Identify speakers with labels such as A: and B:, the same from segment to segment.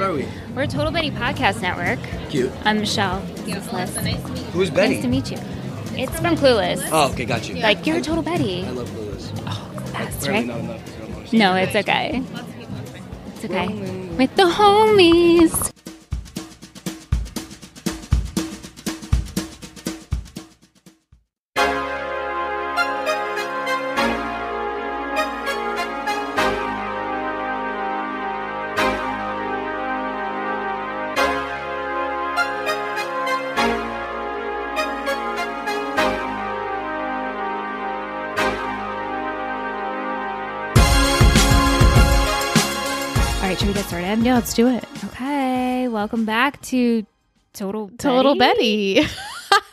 A: are we?
B: We're Total Betty Podcast Network.
A: Cute.
B: I'm Michelle. This is Liz.
C: nice to meet you.
A: Who's Betty?
B: Nice to meet you. It's from Clueless.
A: Oh, okay, got you.
B: Like you're a Total Betty.
A: I love Clueless.
B: That's
A: Apparently
B: right.
A: not enough 'cause I don't watch it.
B: No, it's okay.
C: Lots of people. out there.
B: It's okay. With the homies. All right, should we get started?
D: Yeah, let's do it.
B: Okay. Welcome back to Total
D: Total Betty.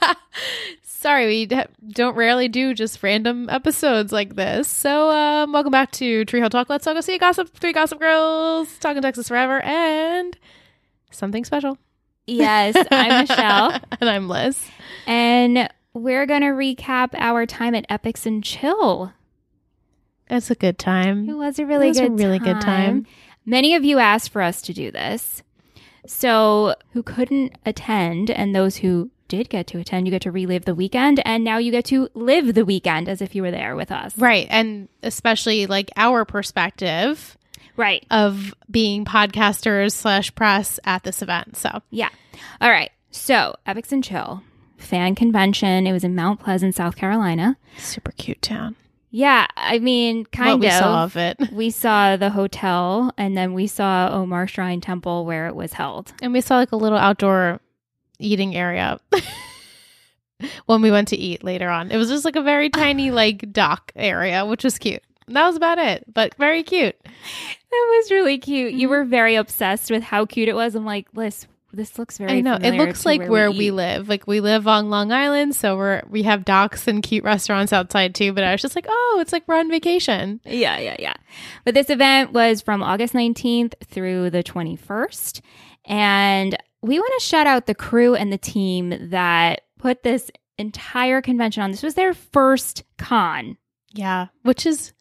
D: Sorry, we d- don't rarely do just random episodes like this. So, um, welcome back to Tree Hill Talk. Let's all go see a gossip. Three gossip girls talking Texas forever and something special.
B: Yes, I'm Michelle,
D: and I'm Liz.
B: and we're gonna recap our time at Epics and Chill.
D: It's a good
B: It
D: time.
B: was a really
D: Mm-hmm. was a
B: good
D: really
B: time.
D: good time.
B: Many of you asked for us to do this. So, who couldn't attend and those who did get to attend, you get to relive the weekend and now you get to live the weekend as if you were there with us.
D: Right, and especially like our perspective
B: Right.
D: of being podcasters slash press at this event. So
B: Yeah. All right. So, Epics and Chill fan convention. It was in Mount Pleasant, South Carolina.
D: super cute town.
B: Yeah, I mean, kind
D: what
B: of.
D: we saw of it,
B: We saw the hotel and then we saw Omar Shrine Temple where it was held.
D: and we saw like a little outdoor eating area when we went to eat later on. It was just like a very tiny like dock area, which was cute. That was about it, but very cute.
B: That was really cute.
D: Mm-hmm.
B: You were very obsessed with how cute it was. I'm like, Liz, this looks very.
D: I know it
B: familiar
D: looks
B: to
D: like where, we,
B: eat."
D: live. Like we live on Long Island, so we're we have docks and cute restaurants outside too. But I was just like, oh, it's like we're on vacation.
B: Yeah, yeah, yeah. But this event was from August 19th through the 21st, and we want to shout out the crew and the team that put this entire convention on. This was their first con.
D: Yeah, which is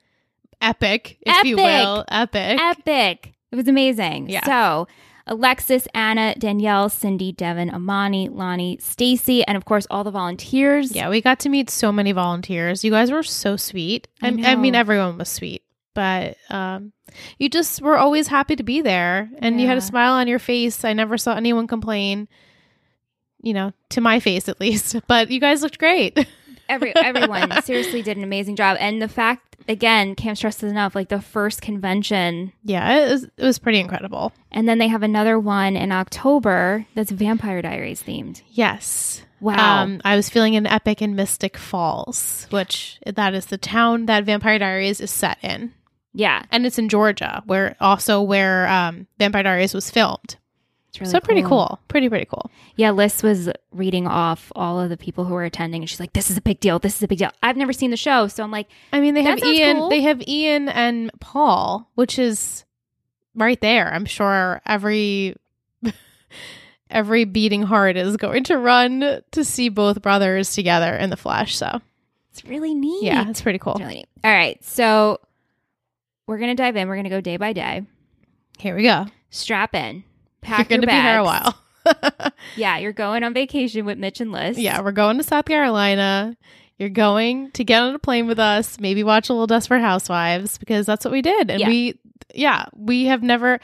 D: epic, if you
B: Epic.
D: will, epic.
B: epic. It was amazing.
D: Yeah.
B: So Alexis, Anna, Danielle, Cindy, Devin, Amani, Lonnie, Stacy, and of course all the volunteers.
D: Yeah, we got to meet so many volunteers. You guys were so sweet. I,
B: I
D: I mean,
B: know.
D: everyone was sweet, but um, you just were always happy to be there, and you had a
B: Yeah.
D: smile on your face. I never saw anyone complain. You know, to my face at least, but you guys looked great.
B: Every everyone seriously did an amazing job. And the fact again, can't stress this enough, like the first convention.
D: Yeah, it was, it was pretty incredible.
B: And then they have another one in October that's Vampire Diaries themed.
D: Yes.
B: Wow.
D: Um, I was feeling an epic in Mystic Falls, which that is the town that Vampire Diaries is set in,
B: yeah.
D: and it's in Georgia, where also where um, Vampire Diaries was filmed.
B: It's really
D: so pretty cool. Pretty pretty cool.
B: Yeah, Liz was reading off all of the people who were attending and she's like, This is a big deal, this is a big deal. I've never seen the show, so I'm like,
D: I mean, they
B: That
D: have
B: sounds
D: Ian.
B: cool.
D: They have Ian and Paul, which is right there. I'm sure every every beating heart is going to run to see both brothers together in the flesh. So
B: it's really neat.
D: yeah, it's pretty cool.
B: It's really neat. All right. So we're going to dive in. We're going to go day by day.
D: Here we go.
B: Strap in. Pack
D: You're
B: your
D: going to be here
B: bags.
D: a while.
B: Yeah. You're going on vacation with Mitch and Liz.
D: yeah, we're going to South Carolina. You're going to get on a plane with us, maybe watch a little Desperate Housewives because that's what we did. And
B: Yeah.
D: we, yeah, we have never,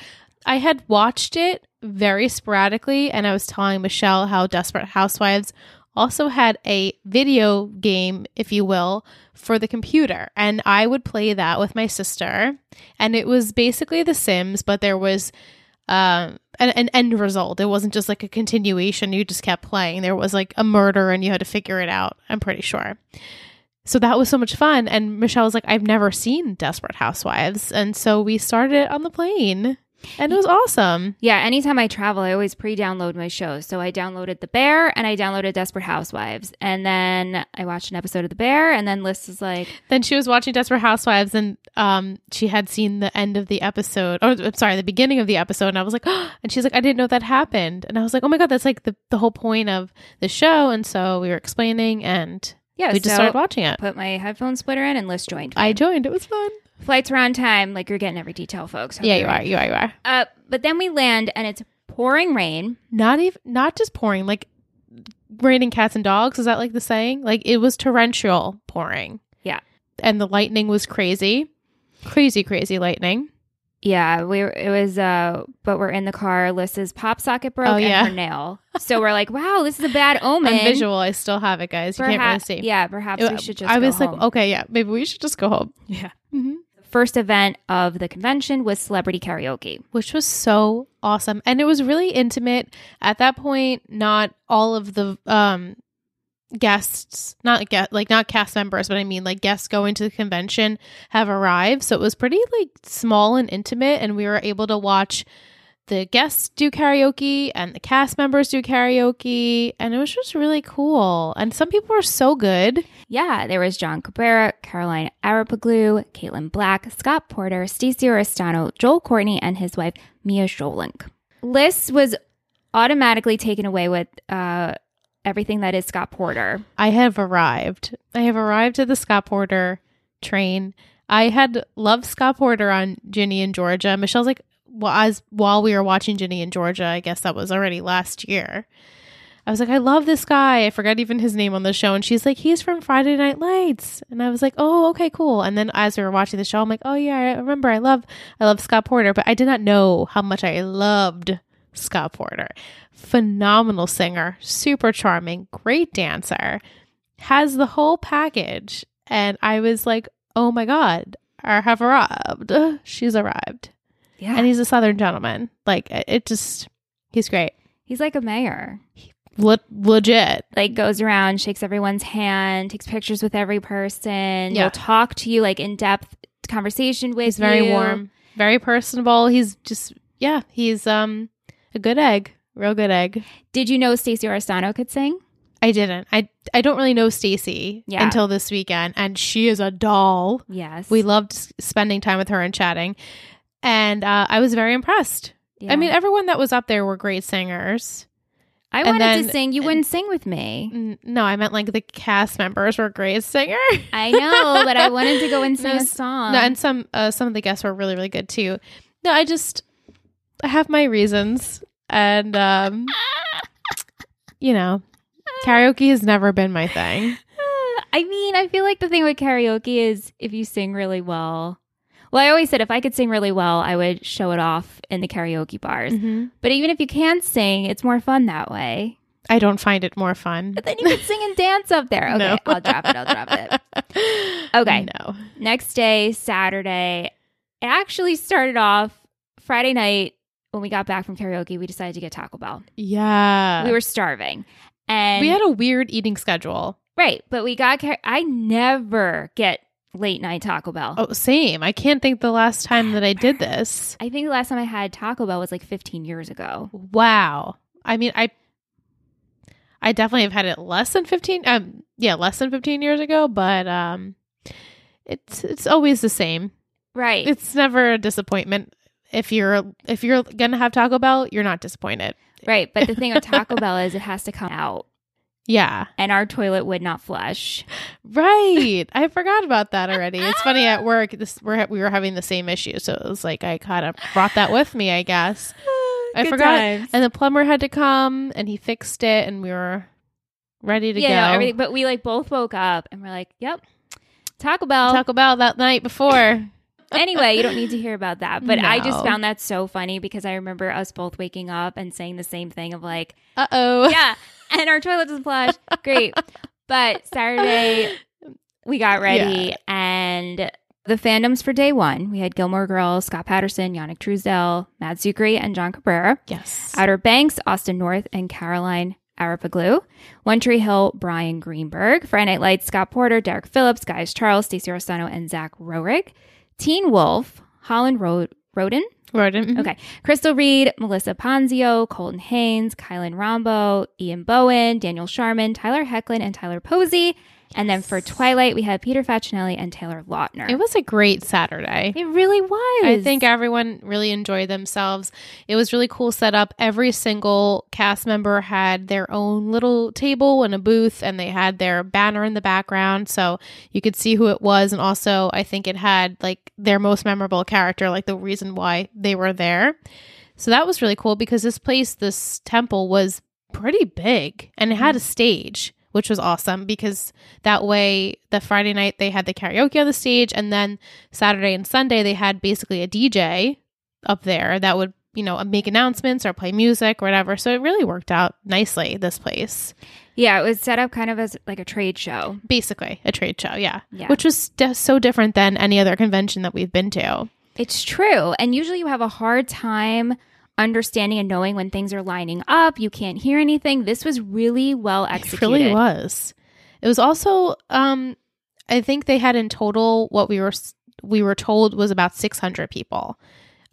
D: I had watched it very sporadically. And I was telling Michelle how Desperate Housewives also had a video game, if you will, for the computer. And I would play that with my sister. And it was basically The Sims, but there was um an, an end result it wasn't just like a continuation you just kept playing there was like a murder and you had to figure it out i'm pretty sure so that was so much fun and michelle was like i've never seen desperate housewives and so we started it on the plane and it was awesome
B: Yeah. Anytime I travel, I always pre download my shows. So I downloaded The Bear and I downloaded Desperate Housewives. And then I watched an episode of The Bear. And then Liz is like,
D: then she was watching desperate housewives and um she had seen the end of the episode or i'm sorry the beginning of the episode and i was like oh, and she's like i didn't know that happened and i was like oh my god that's like the, the whole point of the show and so we were explaining and
B: Yeah.
D: we just
B: so
D: started watching it
B: put my headphone splitter in and Liz joined.
D: I joined. It was fun.
B: Flights were on time. Like you're getting every detail, folks.
D: Yeah, you are. You are. You are.
B: Uh, but then we land and it's pouring rain.
D: Not even. Not just pouring. Like raining cats and dogs. Is that like the saying? Like it was torrential pouring.
B: Yeah.
D: And the lightning was crazy, crazy, crazy lightning.
B: Yeah, we were, it was. Uh, but we're in the car. Liz's pop socket broke
D: Oh, yeah.
B: and her nail. So we're like, wow, this is a bad omen.
D: I'm visual. I still have it, guys. You can't really
B: Perhaps-
D: see.
B: Yeah, perhaps
D: It-
B: we should just.
D: I was
B: go
D: like, oh.
B: home.
D: okay, yeah, maybe we should just go home.
B: Yeah.
D: hmm
B: First event of the convention was celebrity karaoke.
D: Which was so awesome. And it was really intimate. At that point, not all of the um guests, not guest, like not cast members, but I mean like guests going to the convention have arrived. So it was pretty like small and intimate and we were able to watch the guests do karaoke and the cast members do karaoke and it was just really cool. And some people were so good.
B: Yeah, there was John Cabrera, Caroline Arapaglu, Caitlin Black, Scott Porter, Stacey Oristano, Joel Courtney, and his wife, Mia Jolink. Liz was automatically taken away with uh, everything that is Scott Porter.
D: I have arrived. I have arrived at the Scott Porter train. I had loved Scott Porter on Ginny and Georgia. Michelle's like, well, as while we were watching Ginny and Georgia, I guess that was already last year. I was like, I love this guy. I forgot even his name on the show. And she's like, he's from Friday Night Lights. And I was like, oh, okay, cool. And then as we were watching the show, I'm like, oh yeah, I remember. I love, I love Scott Porter. But I did not know how much I loved Scott Porter. Phenomenal singer, super charming, great dancer, has the whole package. And I was like, oh my God, I have arrived. Ugh, She's arrived.
B: Yeah.
D: And he's a Southern gentleman. Like, it it just, he's great.
B: he's like a mayor.
D: Le- legit.
B: Like goes around, shakes everyone's hand, takes pictures with every person.
D: Yeah.
B: Will talk to you like in depth conversation with
D: He's very
B: you.
D: warm, very personable. He's just, yeah, he's um a good egg, real good egg.
B: Did you know Stacey Oristano could sing?
D: I didn't. I I don't really know Stacy
B: Yeah.
D: until this weekend, and she is a doll.
B: Yes.
D: We loved s- spending time with her and chatting. And uh, I was very impressed.
B: Yeah.
D: I mean, everyone that was up there were great singers.
B: I
D: and
B: wanted
D: then-
B: to sing. You wouldn't sing with me.
D: N- No, I meant like the cast members were great singers.
B: I know, but I wanted to go and sing
D: No,
B: a
D: s-
B: song.
D: no, and some uh, some of the guests were really really good too. No, I just I have my reasons, and um, you know, karaoke has never been my thing.
B: Uh, I mean, I feel like the thing with karaoke is if you sing really well. Well, I always said if I could sing really well, I would show it off in the karaoke bars.
D: Mm-hmm.
B: But even if you can sing, it's more fun that way.
D: I don't find it more fun.
B: But then you can sing and dance up there. Okay,
D: No.
B: I'll drop it. I'll drop it. Okay.
D: no,
B: Next day, Saturday, it actually started off Friday night when we got back from karaoke. We decided to get Taco Bell.
D: yeah,
B: we were starving. And
D: Uh. we had a weird eating schedule.
B: Right, but we got. Car- I never get late night Taco Bell.
D: Oh, same. I can't think the last time that I did this.
B: I think the last time I had Taco Bell was like 15 years ago.
D: Wow. I mean, I I definitely have had it less than 15 um yeah, less than 15 years ago, but um it's it's always the same.
B: Right.
D: It's never a disappointment. If you're if you're going to have Taco Bell, you're not disappointed.
B: right, but the thing with Taco Bell is it has to come out
D: Yeah.
B: and our toilet would not flush.
D: Right. I forgot about that already. It's funny at work this we're we were having the same issue, so it was like I kind of brought that with me, I guess. I
B: Good
D: forgot.
B: times.
D: And the plumber had to come and he fixed it and we were ready to
B: yeah,
D: go.
B: no, everything, but we like both woke up and we're like, "Yep. Taco Bell."
D: Taco Bell that night before.
B: anyway, you don't need to hear about that, but I just
D: No.
B: found that so funny because I remember us both waking up and saying the same thing of like,
D: Uh oh.
B: yeah. And our toilet doesn't flush. Great. But Saturday, we got ready and the fandoms for day one we had Gilmore Girls, Scott Patterson, Yannick Truesdell, Matt Zucri, and John Cabrera.
D: Yes.
B: Outer Banks, Austin North, and Caroline Arapaglu. One Tree Hill, Brian Greenberg. Friday Night Lights, Scott Porter, Derek Phillips, Guys Charles, Stacey Rossano, and Zach Roerig. Teen Wolf, Holland Ro- Roden,
D: Rodent.
B: Okay. Crystal Reed, Melissa Ponzio, Colton Haynes, Kylan Rombo, Ian Bowen, Daniel Sharman, Tyler Hecklin, and Tyler Posey. And then for Twilight, we had Peter Facinelli and Taylor Lautner.
D: It was a great Saturday.
B: It really was.
D: I think everyone really enjoyed themselves. It was really cool setup. Every single cast member had their own little table and a booth, and they had their banner in the background, so you could see who it was. And also, I think it had like their most memorable character, like the reason why they were there. So that was really cool because this place, this temple, was pretty big and it had a stage. Which was awesome because that way, the Friday night they had the karaoke on the stage, and then Saturday and Sunday, they had basically a DJ up there that would, you know, make announcements or play music or whatever. So it really worked out nicely, this place.
B: yeah, it was set up kind of as like a trade show.
D: Basically, a trade show, yeah.
B: Yeah.
D: Which was d- so different than any other convention that we've been to.
B: It's true. And usually you have a hard time understanding and knowing when things are lining up. You can't hear anything. This was really well executed.
D: It really was. It was also, um, I think they had in total what we were s- we were told was about 600 people,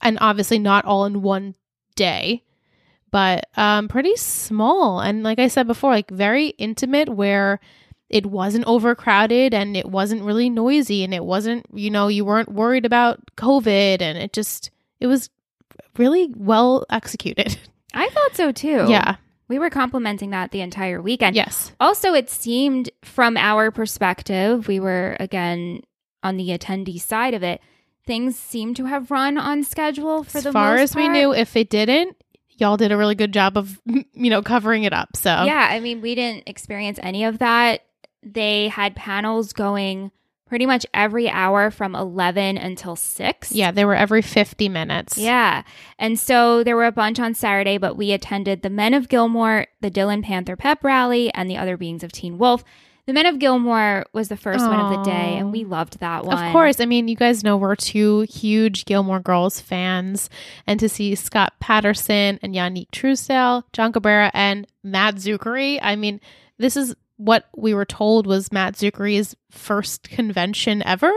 D: and obviously not all in one day, but um, pretty small. And like I said before, like very intimate, where it wasn't overcrowded and it wasn't really noisy, and it wasn't you know you weren't worried about COVID, and it just it was really well executed.
B: I thought so too.
D: Yeah.
B: We were complimenting that the entire weekend.
D: Yes.
B: Also, it seemed from our perspective, we were again on the attendee side of it, things seemed to have run on schedule for
D: as
B: the
D: far
B: most
D: as we
B: part.
D: knew if it didn't y'all did a really good job of you know covering it up so
B: Yeah, I mean, we didn't experience any of that. They had panels going pretty much every hour from 11 until 6.
D: yeah they were every 50 minutes
B: Yeah. And so there were a bunch on Saturday, but we attended the Men of Gilmore, the Dylan Panther Pep Rally, and the Other Beings of Teen Wolf. The Men of Gilmore was the first one of the day,
D: Aw.
B: and we loved that one.
D: of course i mean you guys know we're two huge gilmore girls fans and to see scott patterson and yannick truesdale john cabrera and matt zuckery i mean this is what we were told was matt zuckery's first convention ever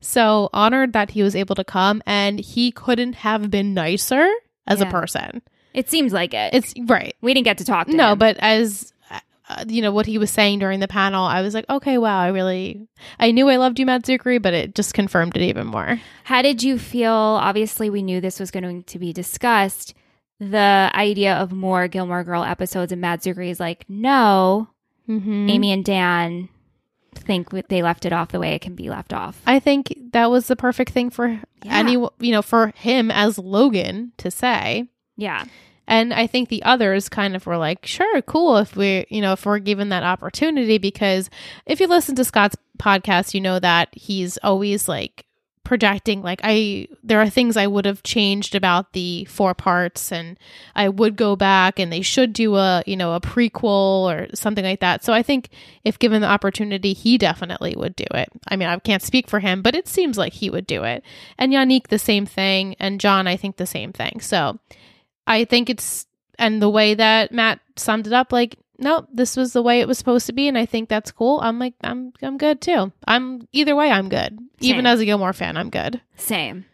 D: so honored that he was able to come and he couldn't have been nicer as
B: Yeah.
D: a person
B: It seems like it.
D: it's right
B: we didn't get to talk to
D: No,
B: him.
D: but as uh, you know, what he was saying during the panel, I was like, okay, wow, I really, I knew I loved you, Matt Zuckery, but it just confirmed it even more.
B: How did you feel? Obviously, we knew this was going to be discussed. The idea of more Gilmore Girl episodes, and Matt Zuckery is like, no,
D: Mm-hmm.
B: Amy and Dan think what- they left it off the way it can be left off.
D: I think that was the perfect thing for
B: Yeah.
D: any, you know, for him as Logan to say.
B: yeah.
D: And I think the others kind of were like, sure, cool if we, you know, if we're given that opportunity because if you listen to Scott's podcast, you know that he's always like projecting like I there are things I would have changed about the four parts and I would go back and they should do a, you know, a prequel or something like that. So I think if given the opportunity, he definitely would do it. I mean, I can't speak for him, but it seems like he would do it. And Yannick the same thing and John I think the same thing. So I think it's and the way that Matt summed it up, like, nope, this was the way it was supposed to be, and I think that's cool. I'm like, I'm I'm good too. I'm either way, I'm good.
B: Same.
D: Even as a Gilmore fan, I'm good.
B: Same.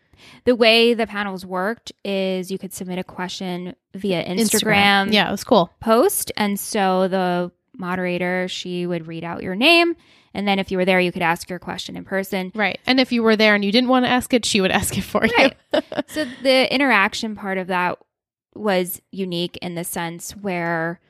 B: The way the panels worked is you could submit a question via Instagram,
D: yeah, it was cool.
B: post. And so the moderator, she would read out your name. And then if you were there, you could ask your question in person.
D: Right, and if you were there and you didn't want to ask it, she would ask it for
B: Right.
D: you.
B: So the interaction part of that was unique in the sense where,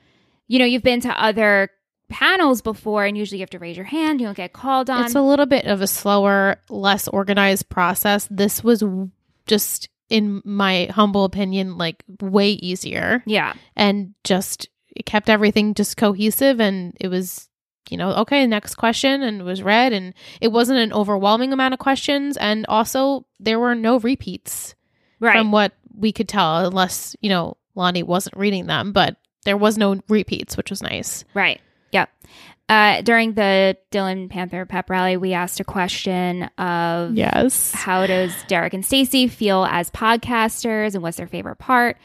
B: you know, you've been to other panels before and usually you have to raise your hand, you don't get called on.
D: it's a little bit of a slower, less organized process. This was w- just, in my humble opinion, like way easier.
B: yeah.
D: and just it kept everything just cohesive and it was you know okay next question and it was read and it wasn't an overwhelming amount of questions and also there were no repeats
B: Right.
D: from what we could tell unless you know lonnie wasn't reading them but there was no repeats which was nice
B: Right. Yep. Uh, during the Dylan Panther pep rally, we asked a question of
D: yes
B: how does Derek and Stacy feel as podcasters and what's their favorite part?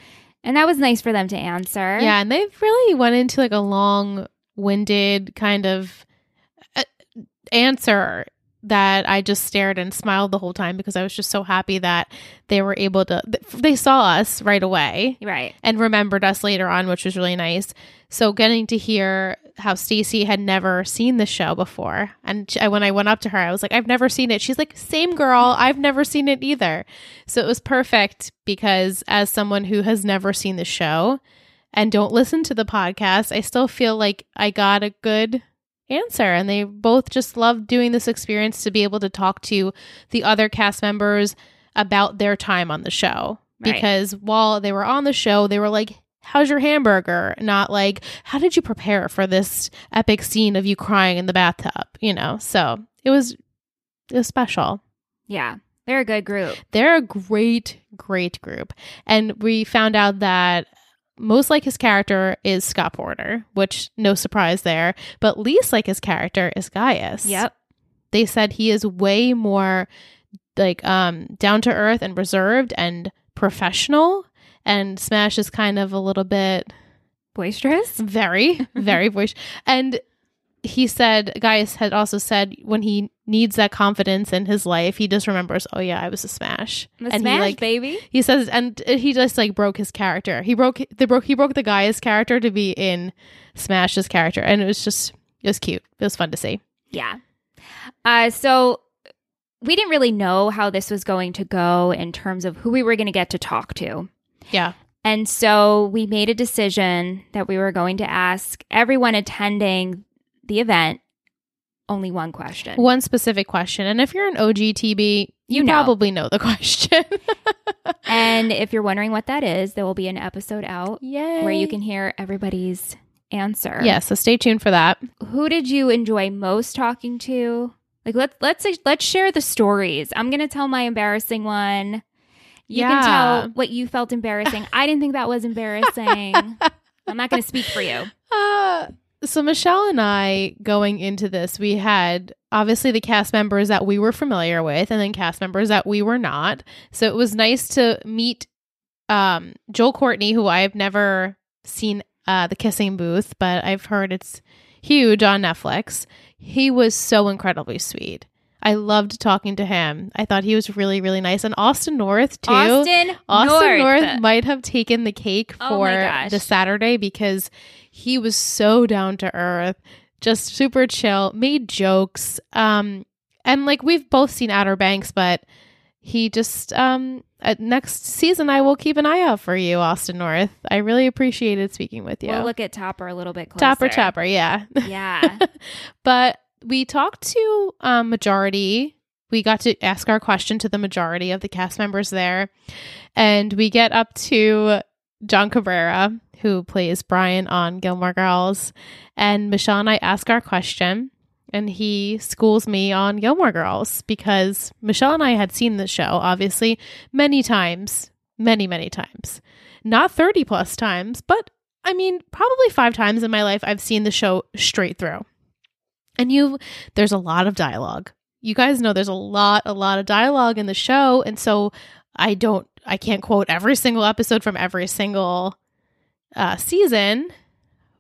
B: And that was nice for them to answer.
D: yeah and they really went into like a long winded kind of uh, answer that I just stared and smiled the whole time because I was just so happy that they were able to th- they saw us right away
B: Right.
D: and remembered us later on which was really nice. So getting to hear how Stacy had never seen the show before. And she, when I went up to her, I was like, I've never seen it. She's like, same girl. I've never seen it either. So it was perfect because as someone who has never seen the show and don't listen to the podcast, I still feel like I got a good answer. And they both just loved doing this experience to be able to talk to the other cast members about their time on the show.
B: Right.
D: Because while they were on the show, they were like, How's your hamburger? Not like, how did you prepare for this epic scene of you crying in the bathtub? You know, so it was it was special.
B: Yeah. They're a good group.
D: They're a great, great group. And we found out that most like his character is Scott Porter, which no surprise there, but least like his character is Gaius.
B: Yep.
D: They said he is way more like um down to earth and reserved and professional and Smash is kind of a little bit
B: Boisterous.
D: very, very voice. And he said, Gaius had also said when he needs that confidence in his life, he just remembers, oh yeah, I was a smash.
B: The
D: and
B: smash
D: he like
B: baby.
D: he says, and he just like broke his character. He broke they broke he broke the Gaius character to be in Smash's character, and it was just it was cute. It was fun to see.
B: Yeah. Uh, so we didn't really know how this was going to go in terms of who we were going to get to talk to.
D: Yeah,
B: And so we made a decision that we were going to ask everyone attending the event only one question.
D: one specific question, and if you're an OGTB, you,
B: You know.
D: probably know the question.
B: And if you're wondering what that is, there will be an episode out
D: Yay!
B: where you can hear everybody's answer.
D: yeah. So stay tuned for that.
B: Who did you enjoy most talking to? Like let's let's let's share the stories. I'm going to tell my embarrassing one. You can
D: Yeah.
B: tell what you felt embarrassing. I didn't think that was embarrassing. I'm not going to speak for you.
D: Uh, so Michelle and I going into this, we had obviously the cast members that we were familiar with, and then cast members that we were not. So it was nice to meet um, Joel Courtney, who I have never seen uh, the Kissing Booth, but I've heard it's huge on Netflix. He was so incredibly sweet. I loved talking to him. I thought he was really, really nice, and Austin North too.
B: Austin,
D: Austin North,
B: North.
D: might have taken the cake
B: Oh
D: for
B: my gosh.
D: the Saturday because he was so down to earth, just super chill, made jokes. Um, and like we've both seen Outer Banks, but he just um at next season I will keep an eye out for you, Austin North. I really appreciated speaking with you.
B: We'll look at Topper a little bit closer.
D: Topper Chopper, yeah.
B: Yeah.
D: But we talked to um, majority. We got to ask our question to the majority of the cast members there, and we get up to John Cabrera, who plays Brian on Gilmore Girls, and Michelle and I ask our question, and he schools me on Gilmore Girls because Michelle and I had seen the show obviously many times, many many times, not thirty plus times, but I mean probably five times in my life I've seen the show straight through and you there's a lot of dialogue you guys know there's a lot a lot of dialogue in the show and so i don't i can't quote every single episode from every single uh, season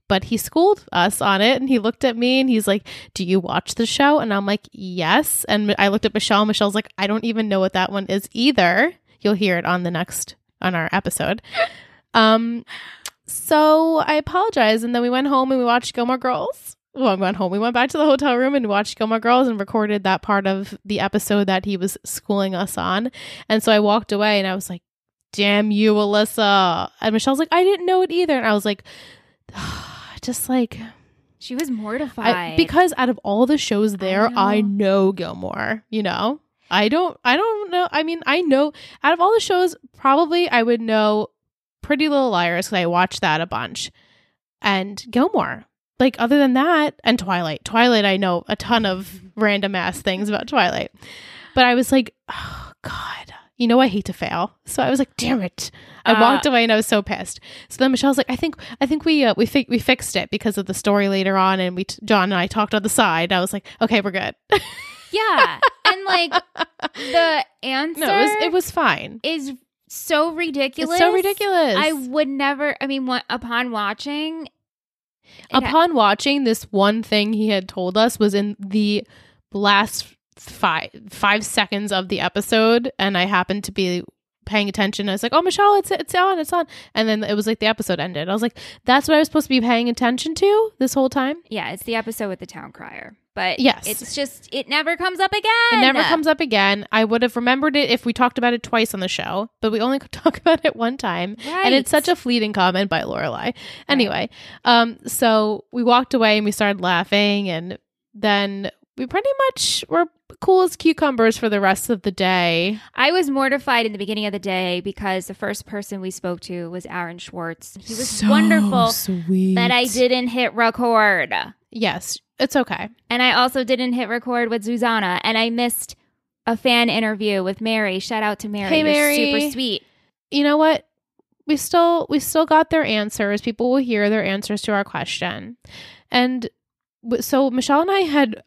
D: but he schooled us on it and he looked at me and he's like do you watch the show and i'm like yes and i looked at michelle michelle's like i don't even know what that one is either you'll hear it on the next on our episode um so i apologize and then we went home and we watched gilmore girls well, we went home. We went back to the hotel room and watched Gilmore Girls and recorded that part of the episode that he was schooling us on. And so I walked away and I was like, damn you, Alyssa. And Michelle's like, I didn't know it either. And I was like, just like,
B: she was mortified.
D: I, because out of all the shows there, I know.
B: know.
D: Gilmore. You know, I don't. I don't know. I mean, I know out of all the shows, probably I would know Pretty Little Liars because I watched that a bunch, and Gilmore. Like other than that, and Twilight. Twilight, I know a ton of random ass things about Twilight, but I was like, oh god. You know I hate to fail, so I was like, "Damn it!" I
B: Uh,
D: walked away and I was so pissed. So then Michelle's like, "I think I think we uh, we fi- we fixed it because of the story later on, and we t- John and I talked on the side. I was like, okay, we're good.
B: yeah. And like the answer
D: no, it was, it was fine.
B: is so ridiculous.
D: It's so ridiculous.
B: I would never, I mean, wa- upon watching, it-
D: Upon watching this one thing he had told us was in the last five five seconds of the episode, and I happened to be paying attention. I was like, "Oh, Michelle, it's it's on, it's on." And then it was like the episode ended. I was like, "That's what I was supposed to be paying attention to this whole time."
B: Yeah, it's the episode with the town crier. But
D: Yes.
B: it's just it never comes up again.
D: It never comes up again. I would have remembered it if we talked about it twice on the show, but we only could talk about it one time. And it's
B: Right.
D: such a fleeting comment by Lorelai. Anyway, um, so we walked away and we started laughing, and then we pretty much were cool as cucumbers for the rest of the day.
B: I was mortified in the beginning of the day because the first person we spoke to was Aaron Schwartz. He was wonderful,
D: sweet.
B: but I didn't hit record.
D: Yes, it's okay.
B: And I also didn't hit record with Susanna. And I missed a fan interview with Mary. Shout out to Mary.
D: Hey,
B: You're
D: Mary.
B: super sweet.
D: You know what? We still we still got their answers. People will hear their answers to our question, and w- so Michelle and I had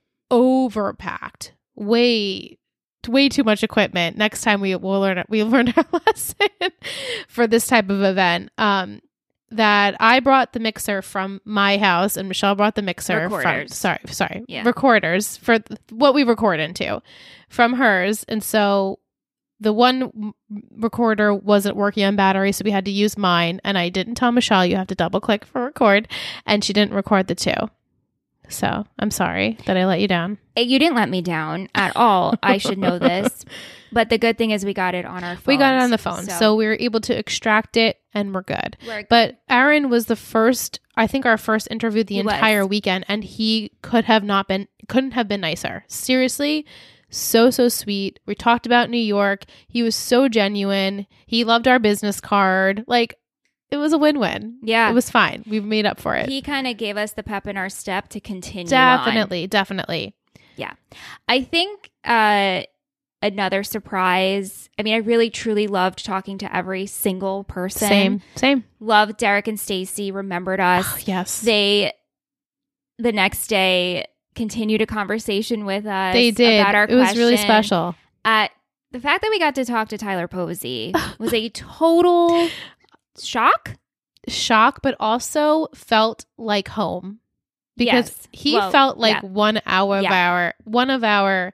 D: overpacked way way too much equipment. Next time we will learn we learned our lesson for this type of event. Um, that I brought the mixer from my house, and Michelle brought the mixer from
B: Recorders.
D: sorry sorry
B: Yeah.
D: recorders for th- what we record into from hers, and so the one m- recorder wasn't working on battery, so we had to use mine. And I didn't tell Michelle you have to double click for record, and she didn't record the two. So I'm sorry that I let you down.
B: Eh, You didn't let me down at all. I should know this. But the good thing is we got it on our phone.
D: We got it on the phone, so. we were able to extract it, and we're good.
B: we're-
D: But Aaron was the first, I think, our first interview the
B: He was.
D: entire weekend, and he could have not been, couldn't have been nicer. Seriously, so so sweet. We talked about New York. He was so genuine. He loved our business card. Like it was a win win.
B: yeah.
D: It was fine. We've made up for it.
B: he kind of gave us the pep in our step to continue. on.
D: definitely, definitely.
B: I think uh, another surprise. I mean, I really truly loved talking to every single person.
D: Same, same.
B: Loved Derek and Stacy. Remembered
D: Oh,
B: us.
D: yes, they,
B: they the next day continued a conversation with us.
D: did.
B: About our
D: it was really
B: question.
D: special.
B: Uh, the fact that we got to talk to Tyler Posey was a total shock.
D: Shock, but also felt like home. because
B: Yes.
D: he
B: Well,
D: felt like
B: yeah.
D: one hour of
B: Yeah.
D: our one of our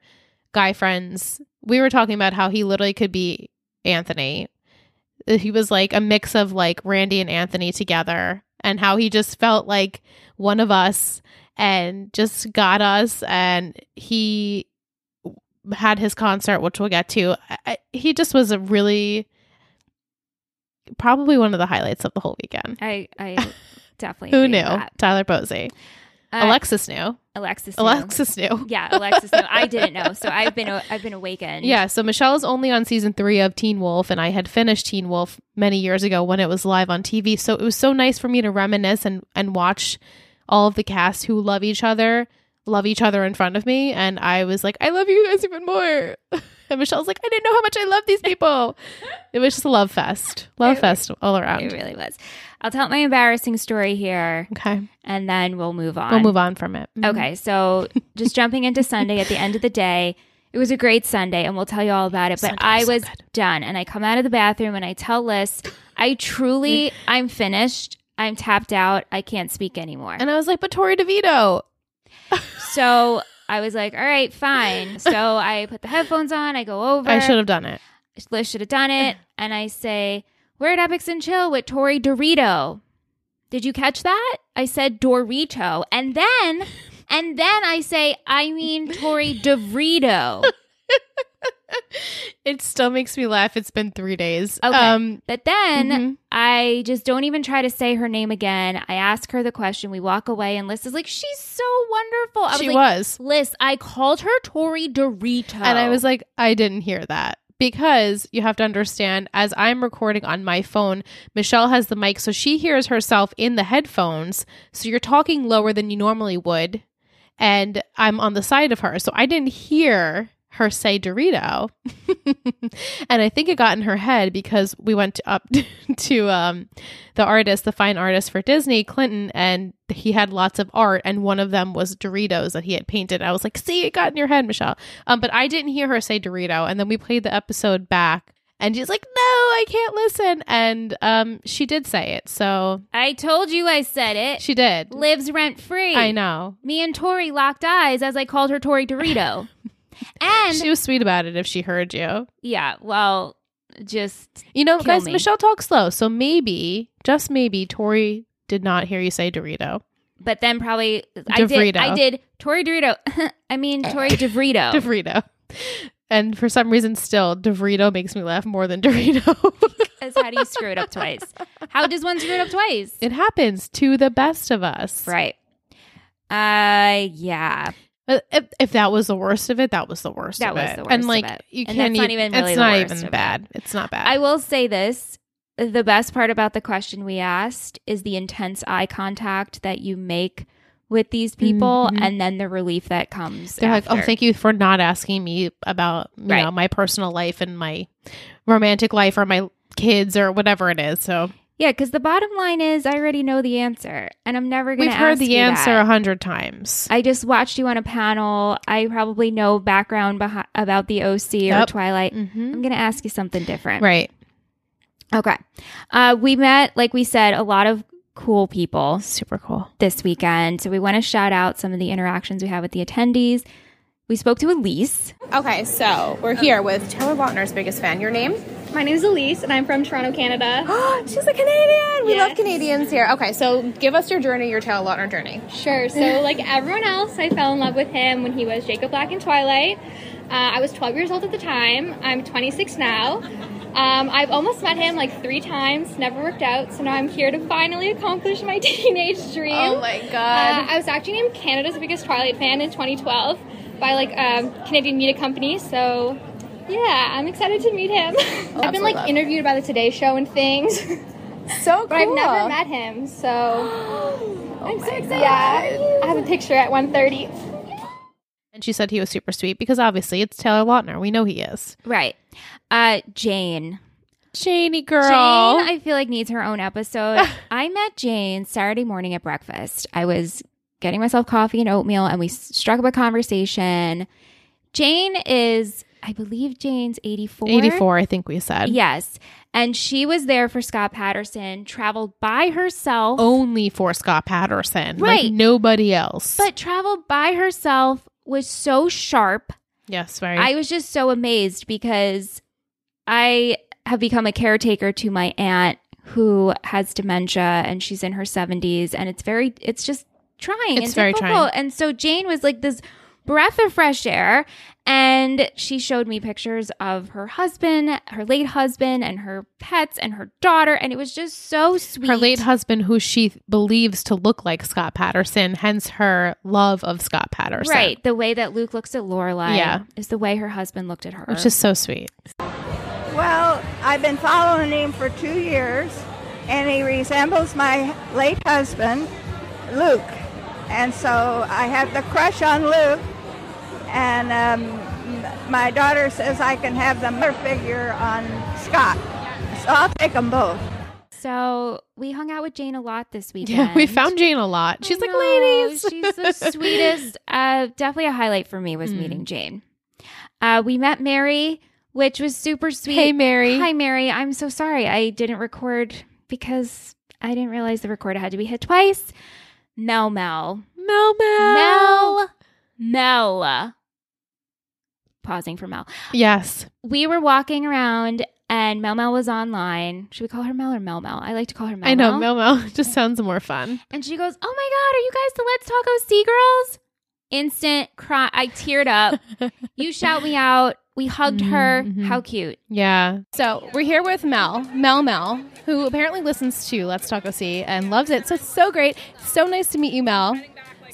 D: guy friends. We were talking about how he literally could be Anthony. He was like a mix of like Randy and Anthony together, and how he just felt like one of us and just got us. And he had his concert, which we'll get to. I- I, he just was a really probably one of the highlights of the whole weekend.
B: I I definitely
D: Who
B: agree
D: knew?
B: with that.
D: Tyler Posey.
B: Uh,
D: Alexis knew.
B: Alexis knew.
D: Alexis knew.
B: Yeah, Alexis. knew. I didn't know, so I've been I've been awakened.
D: Yeah, so Michelle is only on season three of Teen Wolf, and I had finished Teen Wolf many years ago when it was live on TV. So it was so nice for me to reminisce and, and watch all of the cast who love each other, love each other in front of me. And I was like, I love you guys even more. And Michelle's like, I didn't know how much I love these people. it was just a love fest, love
B: It-
D: fest all
B: it
D: around.
B: really was. I'll tell my embarrassing story here,
D: Okay,
B: and then we'll move on.
D: we'll move on from it. Mhm.
B: Okay, so just jumping into Sunday at the end of the day, it was a great Sunday, and we'll tell you all about it. But
D: Sunday
B: I
D: was so
B: was
D: good.
B: done, and I come out of the bathroom and I tell Liz, I truly, I'm finished. I'm tapped out. I can't speak anymore.
D: And I was like, but Tori DeVito.
B: so I was like, all right, fine. So I put the headphones on. I go over.
D: I should have done it.
B: Liz should have done it. And I say, We're at Epics and Chill with Tori Dorito. Did you catch that? I said Dorito. And then, and then I say, I mean Tori Dorito.
D: It still makes me laugh. It's been three days.
B: Okay.
D: Um,
B: But then
D: Mhm.
B: I just don't even try to say her name again. I ask her the question. We walk away, and Liz is like, She's so wonderful. I
D: she
B: was like,
D: was.
B: Liz, I called her Tori Dorito.
D: And I was like, I didn't hear that. Because you have to understand, as I'm recording on my phone, Michelle has the mic, so she hears herself in the headphones. So you're talking lower than you normally would. And I'm on the side of her. So I didn't hear her say Dorito. and I think it got in her head because we went to- up to um, the artist, the fine artist for Disney, Clinton, and he had lots of art, and one of them was Doritos that he had painted. I was like, "See, it got in your head, Michelle." Um, but I didn't hear her say Dorito, and then we played the episode back, and she's like, "No, I can't listen," and um, she did say it, so
B: I told you I said it.
D: she did.
B: Lives rent free.
D: I know
B: me and Tori locked eyes as I called her Tori Dorito. and
D: she was sweet about it if she heard you.
B: yeah, well, just
D: You know,
B: Kill
D: guys,
B: me.
D: Michelle talks slow, so maybe, just maybe, Tori did not hear you say Dorito.
B: but then probably I did
D: DeVrito.
B: I did Tori Dorito. I mean Tori DeVrito.
D: Dorito. And for some reason, still, Dorito makes me laugh more than Dorito.
B: Because how do you screw it up twice? How does one screw it up twice?
D: it happens to the best of us.
B: right. Uh yeah.
D: But If, if that was the worst of it, that was the worst.
B: That
D: of
B: was
D: it.
B: the worst
D: And
B: of
D: like,
B: it.
D: you
B: And
D: can't
B: that's not even
D: even.
B: really
D: it's
B: the
D: not
B: worst of
D: even
B: it.
D: bad. It's not bad.
B: I will say this. The best part about the question we asked is the intense eye contact that you make with these people
D: Mhm.
B: and then the relief that comes.
D: They're like, oh,
B: after."
D: thank you for not asking me about you
B: Right.
D: know my personal life and my romantic life or my kids or whatever it is. So
B: Yeah, because the bottom line is I already know the answer and I'm never going
D: we've
B: to
D: heard the answer a
B: That.
D: hundred times.
B: I just watched you on a panel. I probably know background behi- about the OC or
D: Yep.
B: Twilight.
D: mm-hmm.
B: I'm going to ask you something different.
D: Right.
B: Okay. Uh, we met, like we said, a lot of cool people
D: Super cool.
B: this weekend. So we want to shout out some of the interactions we had with the attendees. We spoke to Elise.
C: Okay, so we're here with Taylor Lautner's biggest fan. Your name?
E: My name's Elise, and I'm from Toronto, Canada.
C: She's a Canadian. We love
E: Yes.
C: Canadians here. Okay, so give us your journey, your Taylor Lautner journey.
E: Sure. So, like everyone else, I fell in love with him when he was Jacob Black in Twilight. Uh, I was 12 years old at the time. I'm 26 now. Um, I've almost met him like three times, never worked out. So now I'm here to finally accomplish my teenage dream.
C: Oh
E: Uh, I was actually named Canada's biggest Twilight fan in 2012 by like um, Canadian Media Company. So yeah, I'm excited to meet him.
C: Oh,
E: I've been
C: absolutely
E: like
C: love.
E: interviewed by the Today Show and things.
C: So cool. Oh
E: But I've never met him, so I'm so excited. Yeah, I have a picture at 1:30.
D: And she said he was super sweet because obviously it's Taylor Lautner. We know he is.
B: Right. Uh, Jane.
D: Janie girl.
B: Jane, I feel like needs her own episode. I met Jane Saturday morning at breakfast. I was getting myself coffee and oatmeal, and we s- struck up a conversation. Jane is, I believe, Jane's eighty-four.
D: 84, I think we said.
B: Yes, and she was there for Scott Patterson. Traveled by herself,
D: Only for Scott Patterson. Like
B: Right.
D: nobody else.
B: but traveled by herself was so sharp.
D: yes, very.
B: I was just so amazed because I have become a caretaker to my aunt who has dementia and she's in her 70s and it's very it's just trying
D: It's very trying.
B: and so Jane was like this breath of fresh air and she showed me pictures of her husband, her late husband and her pets and her daughter and it was just so sweet.
D: her late husband, who she believes to look like Scott Patterson, hence her love of Scott Patterson.
B: Right, the way that Luke looks at Lorelai
D: Yeah.
B: is the way her husband looked at her.
D: Which is so sweet.
F: Well, I've been following him for two years, and he resembles my late husband, Luke. And so I have the crush on Luke, and um, m- my daughter says I can have the mother figure on Scott. So I'll take them both.
B: so we hung out with Jane a lot this weekend.
D: Yeah, we found Jane a lot. She's
B: I
D: like,
B: know.
D: ladies.
B: She's the sweetest. Uh, definitely a highlight for me
D: Mm.
B: was meeting Jane. Uh, we met Mary, which was super sweet.
D: Hey, Mary.
B: Hi, Mary. I'm so sorry I didn't record because I didn't realize the recorder had to be hit twice. Mel, Mel,
D: Mel Mel.
B: Mel, Mel. Pausing for Mel.
D: Yes.
B: We were walking around. And Mel Mel was online. Should we call her Mel or Mel Mel? I like to call her Mel.
D: I know. Mel Mel just sounds more fun.
B: And she goes, Oh my God, are you guys the Let's Talk OC girls? Instant cry. I teared up. you shout me out. We hugged her.
D: Mhm, mhm.
B: How cute.
D: Yeah.
C: So we're here with Mel, Mel Mel, who apparently listens to Let's Talk OC and loves it. So it's so great. So nice to meet you, Mel.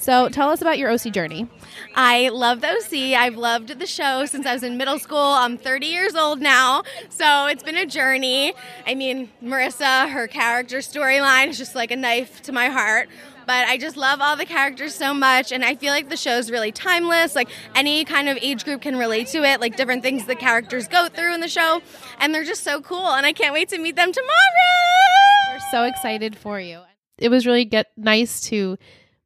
C: So tell us about your OC journey.
G: I love the OC. I've loved the show since I was in middle school. I'm 30 years old now, so it's been a journey. I mean, Marissa, her character storyline is just like a knife to my heart. But I just love all the characters so much, and I feel like the show's really timeless. Like any kind of age group can relate to it, like different things the characters go through in the show, and they're just so cool. And I can't wait to meet them tomorrow.
D: We're so excited for you. It was really get nice to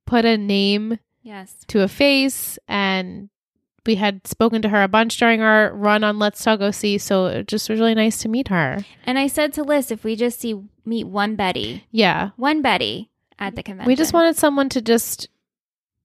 D: put a name
B: Yes.
D: to a face and we had spoken to her a bunch during our run on Let's Talk OC, so it just was really nice to meet her.
B: And I said to Liz, if we just see meet one Betty,
D: Yeah.
B: one Betty at the convention.
D: We just wanted someone to just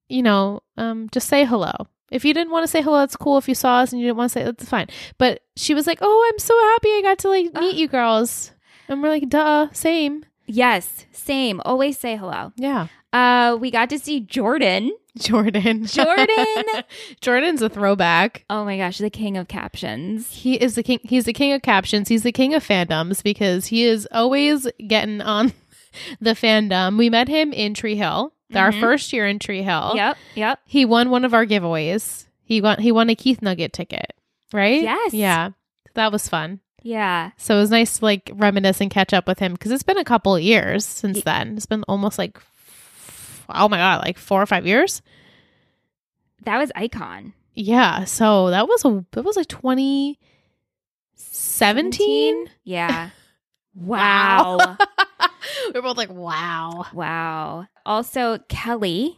D: you know, um, just say hello. If you didn't want to say hello, that's cool. If you saw us and you didn't want to say, that's fine. But she was like, "Oh, I'm so happy I got to like meet you girls," and we're like, "Duh, same."
B: Yes, same. Always say hello.
D: Yeah,
B: Uh, we got to see Jordan.
D: Jordan.
B: Jordan.
D: Jordan's a throwback.
B: Oh my gosh, the king of captions.
D: He is the king. He's the king of captions. He's the king of fandoms because he is always getting on the fandom. We met him in Tree Hill, our first year in Tree Hill.
B: Yep, yep.
D: He won one of our giveaways. He won. He won a Keith Nugget ticket. Right.
B: Yes.
D: Yeah. That was fun.
B: Yeah.
D: So it was nice to like reminisce and catch up with him because it's been a couple of years since then. It's been almost like, f- oh my god, like four or five years.
B: That was icon.
D: Yeah. So that was a that was like twenty seventeen.
B: Yeah. wow.
D: we are both like, wow.
B: wow. Also Kelly.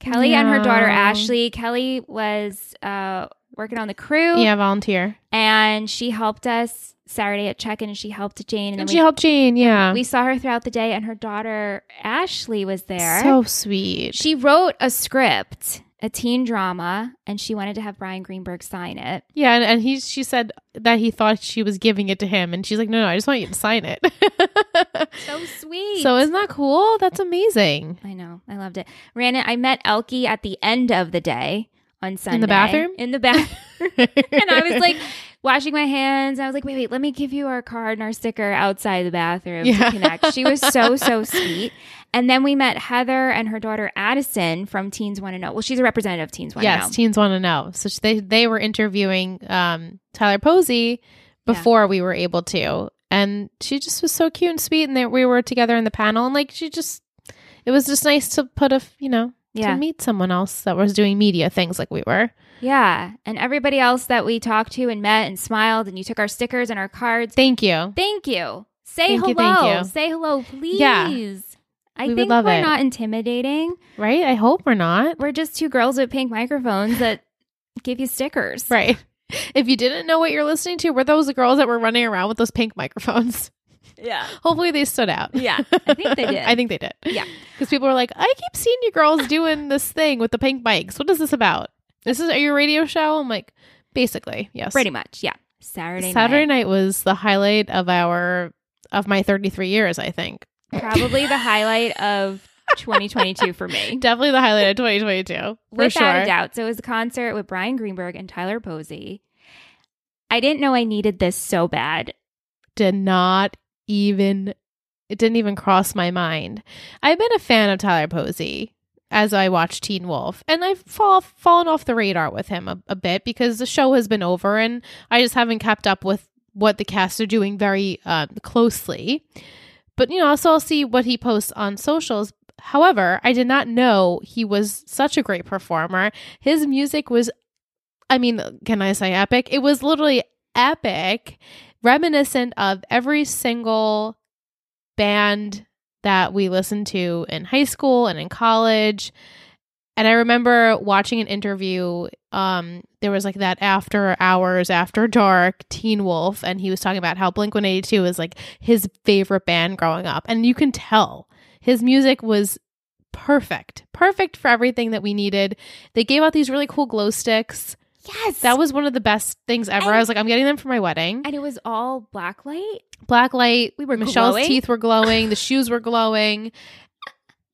B: Kelly and her daughter
D: No.
B: Ashley. Kelly was uh working on the crew
D: Yeah, volunteer.
B: and she helped us Saturday at check-in and she helped Jane and,
D: And
B: then
D: she
B: we,
D: helped Jane. Yeah.
B: we saw her throughout the day and her daughter Ashley was there.
D: So sweet.
B: she wrote a script, a teen drama, and she wanted to have Brian Greenberg sign it.
D: yeah, and, and he she said that he thought she was giving it to him, and she's like, no, no, I just want you to sign it.
B: So sweet.
D: so isn't that cool? That's amazing.
B: I know. I loved it. Rana, I met Elkie at the end of the day on Sunday.
D: bathroom?
B: In the bathroom. and I was like washing my hands. I was like, wait, wait, let me give you our card and our sticker outside the bathroom
D: Yeah.
B: to connect. She was so, so sweet. And then we met Heather and her daughter Addison from Teens Want to Know. Well, she's a representative of Teens Want to
D: yes,
B: Know.
D: teens want to know. So they they were interviewing um, Tyler
B: Yeah.
D: Posey before we were able to, and she just was so cute and sweet, and they, we were together in the panel, and like she just, it was just nice to put a f- you know
B: yeah.
D: to meet someone else that was doing media things like we were.
B: Yeah. And everybody else that we talked to and met and smiled and you took our stickers and our cards.
D: Thank you.
B: Thank you. Say
D: Thank
B: hello.
D: you, thank you.
B: Say hello, please.
D: Yeah.
B: I
D: We would
B: think
D: love
B: we're
D: it.
B: not intimidating.
D: Right? I hope we're not.
B: We're just two girls with pink microphones that give you stickers.
D: Right. If you didn't know what you're listening to, were those the girls that were running around with those pink microphones?
B: Yeah.
D: Hopefully they stood out.
B: Yeah. I think they did.
D: I think they did.
B: Yeah.
D: Because people were like, I keep seeing you girls doing this thing with the pink mics. What is this about? This is your radio show? I'm like, basically, yes.
B: Pretty much. Yeah. Saturday,
D: Saturday
B: night.
D: night was the highlight of our of my 33 years, I think.
B: Probably the highlight of 2022 for me.
D: Definitely the highlight of 2022. For
B: Without
D: sure.
B: a doubt. So it was a concert with Brian Greenberg and Tyler Posey. I didn't know I needed this so bad.
D: did not even it didn't even cross my mind. I've been a fan of Tyler Posey as I watched Teen Wolf, and I've fall, fallen off the radar with him a, a bit because the show has been over, and I just haven't kept up with what the cast are doing very um, closely. But you know, so I'll see what he posts on socials. However, I did not know he was such a great performer. His music was, I mean, can I say epic? It was literally epic reminiscent of every single band that we listened to in high school and in college. And I remember watching an interview. Um, there was like that after hours, after dark Teen Wolf, and he was talking about how Blink 182 is like his favorite band growing up. And you can tell his music was perfect, perfect for everything that we needed. They gave out these really cool glow sticks.
B: Yes.
D: That was one of the best things ever. I was like, I'm getting them for my wedding
B: and it was all black light.
D: black light.
B: We were
D: Michelle's
B: glowing.
D: teeth were glowing. The shoes were glowing.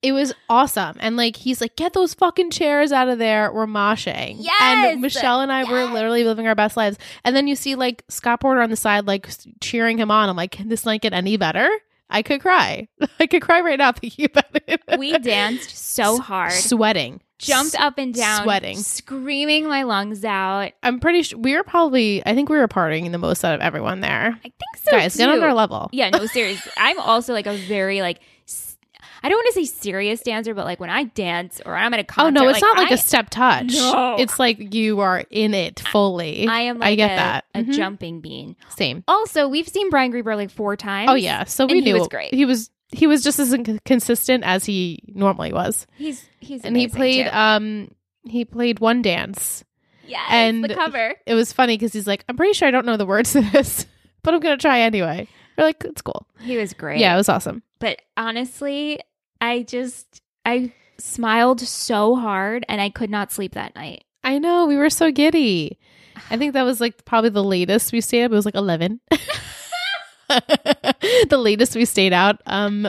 D: It was awesome. And like he's like, get those fucking chairs out of there. We're moshing.
B: Yes!
D: And Michelle and I were literally living our best lives. And then you see like Scott Porter on the side, like s- cheering him on. I'm like, can this not get any better? I could cry. I could cry right now thinking about it.
B: We danced so hard,
D: Sweating.
B: jumped up and down,
D: sweating.
B: screaming my lungs out.
D: I'm pretty sure we were probably, I think we were partying the most out of everyone there.
B: I think so.
D: Guys, get on
B: too.
D: our level.
B: Yeah, no, seriously. I'm also like a very like. s- I don't want to say serious dancer, but like when I dance or I'm at a
D: Oh
B: concert,
D: no, it's not like
B: I-
D: a step touch.
B: No.
D: It's like you are in it fully.
B: I am. Like
D: I get
B: a,
D: that.
B: a
D: Mhm.
B: jumping bean.
D: Same.
B: Also, we've seen Brian Grieber like four times.
D: Oh yeah. So we
B: and he
D: knew
B: was great.
D: He was he was just as inc- consistent as he normally was,
B: he's he's
D: and he
B: amazing,
D: played
B: too.
D: um he played one dance.
B: yes,
D: and
B: the cover.
D: It was funny because he's like, I'm pretty sure I don't know the words to this, but I'm gonna try anyway. We're like, it's cool.
B: He was great.
D: Yeah, it was awesome.
B: but honestly, I just I smiled so hard and I could not sleep that night.
D: I know we were so giddy. I think that was like probably the latest we stayed up. It was like eleven. the latest we stayed out um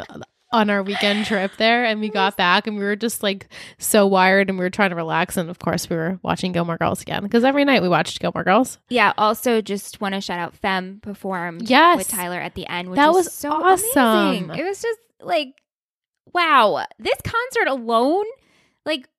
D: on our weekend trip there, and we got back, and we were just like so wired, and we were trying to relax, and of course we were watching Gilmore Girls again because every night we watched Gilmore Girls.
B: Yeah. Also, just want to shout out Femme performed
D: Yes.
B: with Tyler at the end, which
D: That
B: was,
D: was
B: so
D: awesome.
B: amazing. It was just like, wow, this concert alone, like,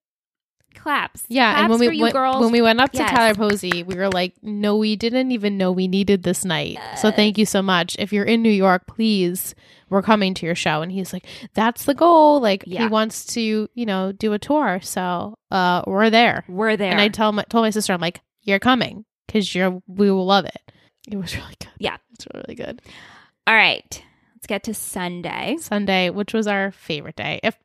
B: claps.
D: Yeah,
B: claps
D: and when we
B: for you
D: went,
B: girls.
D: when we went up
B: Yes.
D: to Tyler Posey, we were like, "No, we didn't even know we needed this night." So thank you so much. If you're in New York, please, we're coming to your show. And he's like, "That's the goal." Like he
B: Yeah.
D: wants to, you know, do a tour. So uh, we're there.
B: were there.
D: And I tell my told my sister, I'm like, "You're coming because you're we will love it." It was really good.
B: Yeah.
D: it's really good.
B: All right, let's get to Sunday.
D: Sunday, which was our favorite day. If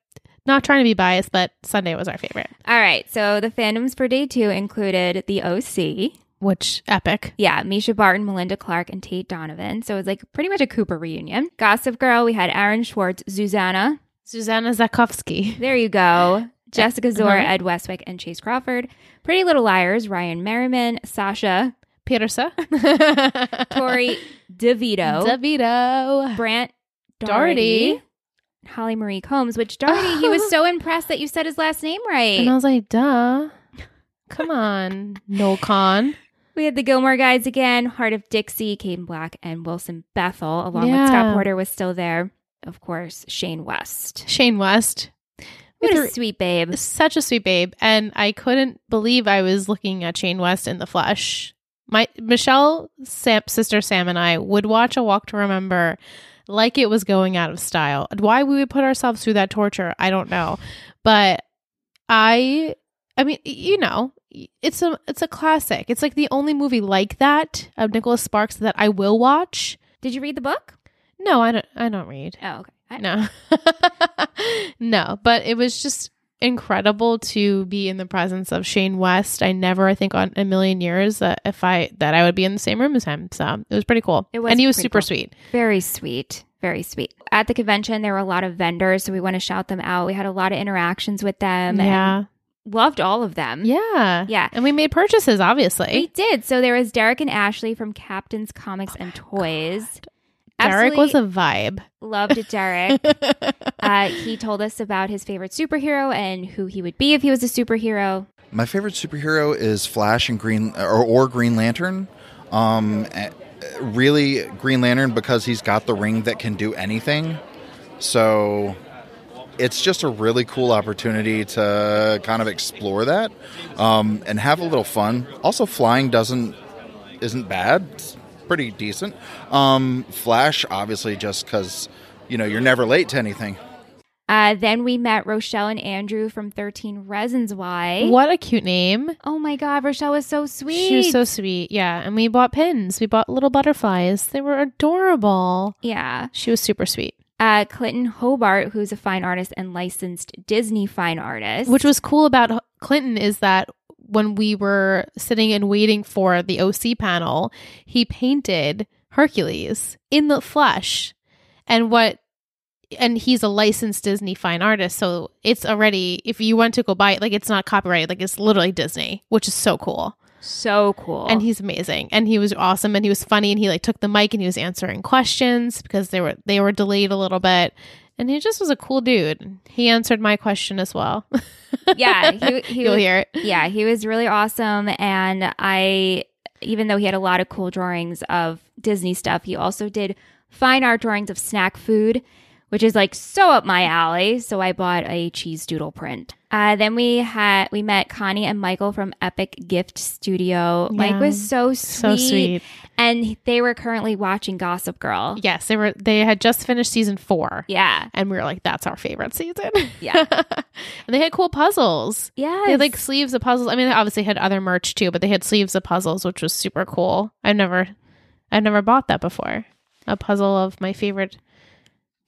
D: not trying to be biased, but Sunday was our favorite.
B: All right, so the fandoms for day two included the OC.
D: Which epic.
B: Yeah, Misha Barton, Melinda Clark, and Tate Donovan. So it was like pretty much a Cooper reunion. Gossip Girl, we had Aaron Schwartz, Susanna.
D: Susanna Zakowski.
B: There you go. Jessica Zora,
D: Uh-huh.
B: Ed Westwick, and Chase Crawford. Pretty Little Liars, Ryan Merriman, Sasha,
D: Petersa.
B: Tori DeVito,
D: DeVito.
B: Brant
D: Doherty.
B: Doherty, Holly Marie Combs, which Doherty, he was so impressed that you said his last name
D: And I
B: right.
D: was like, duh. Come on, no con.
B: We had the Gilmore guys again, Heart of Dixie, Caden Black, and Wilson Bethel, along
D: Yeah.
B: with Scott Porter was still there. Of course, Shane West.
D: Shane West.
B: What
D: With
B: a sweet babe.
D: Such a sweet babe. And I couldn't believe I was looking at Shane West in the flesh. My Michelle, Sam, sister Sam, and I would watch A Walk to Remember like it was going out of style. Why we would put ourselves through that torture, I don't know. But I, I mean, you know, it's a it's a classic. It's like the only movie like that of Nicholas Sparks that I will watch.
B: Did you read the book?
D: No, I don't. I don't read.
B: Oh, okay. I-
D: No. no, but it was just incredible to be in the presence of Shane West. I never, I think, on a million years that if I that I would be in the same room as him. So it was pretty cool.
B: It was
D: and he was
B: pretty
D: super
B: cool.
D: sweet.
B: Very sweet. Very sweet. At the convention, there were a lot of vendors, so we want to shout them out. We had a lot of interactions with them.
D: yeah,
B: And loved all of them.
D: yeah,
B: Yeah.
D: And we made purchases,
B: We
D: obviously.
B: did. So there was Derek and Ashley from Captain's Comics and Toys.
D: Oh Derek was
B: Absolutely
D: a vibe.
B: loved Derek. uh, he told us about his favorite superhero and who he would be if he was a superhero.
A: My favorite superhero is Flash and Green or, or Green Lantern. Um, eh, really, Green Lantern because he's got the ring that can do anything. So it's just a really cool opportunity to kind of explore that um, and have a little fun. Also, flying doesn't isn't bad. It's pretty decent. Um, Flash, obviously, just because you know you're never late to anything.
B: Uh, then we met Rochelle and Andrew from 13 Resins Why.
D: what a cute name.
B: Oh my God, Rochelle was so sweet.
D: She was so sweet. Yeah, and we bought pins. We bought little butterflies. They were adorable.
B: yeah.
D: She was super sweet.
B: uh, Clinton Hobart, who's a fine artist and licensed Disney fine artist.
D: Which was cool about H- Clinton is that when we were sitting and waiting for the OC panel, he painted Hercules in the flesh. And what and he's a licensed Disney fine artist, so it's already if you want to go buy it, like it's not copyrighted, like it's literally Disney, which is so cool.
B: so cool.
D: And he's amazing. And he was awesome and he was funny and he like took the mic and he was answering questions because they were they were delayed a little bit. And he just was a cool dude. He answered my question as well.
B: yeah, he, he
D: You'll
B: was,
D: hear it.
B: yeah, he was really awesome. And I, even though he had a lot of cool drawings of Disney stuff, he also did fine art drawings of snack food, which is like so up my alley. So I bought a cheese doodle print. Uh, then we had we met Connie and Michael from Epic Gift Studio. Mike
D: Yeah.
B: was so
D: So
B: sweet,
D: sweet.
B: and they were currently watching Gossip Girl.
D: Yes, they were. They had just finished season four,
B: Yeah,
D: and we were like, "That's our favorite season."
B: Yeah.
D: and they had cool puzzles.
B: yeah.
D: They had like sleeves of puzzles. I mean, they obviously had other merch too, but they had sleeves of puzzles, which was super cool. I've never, I've never bought that before. A puzzle of my favorite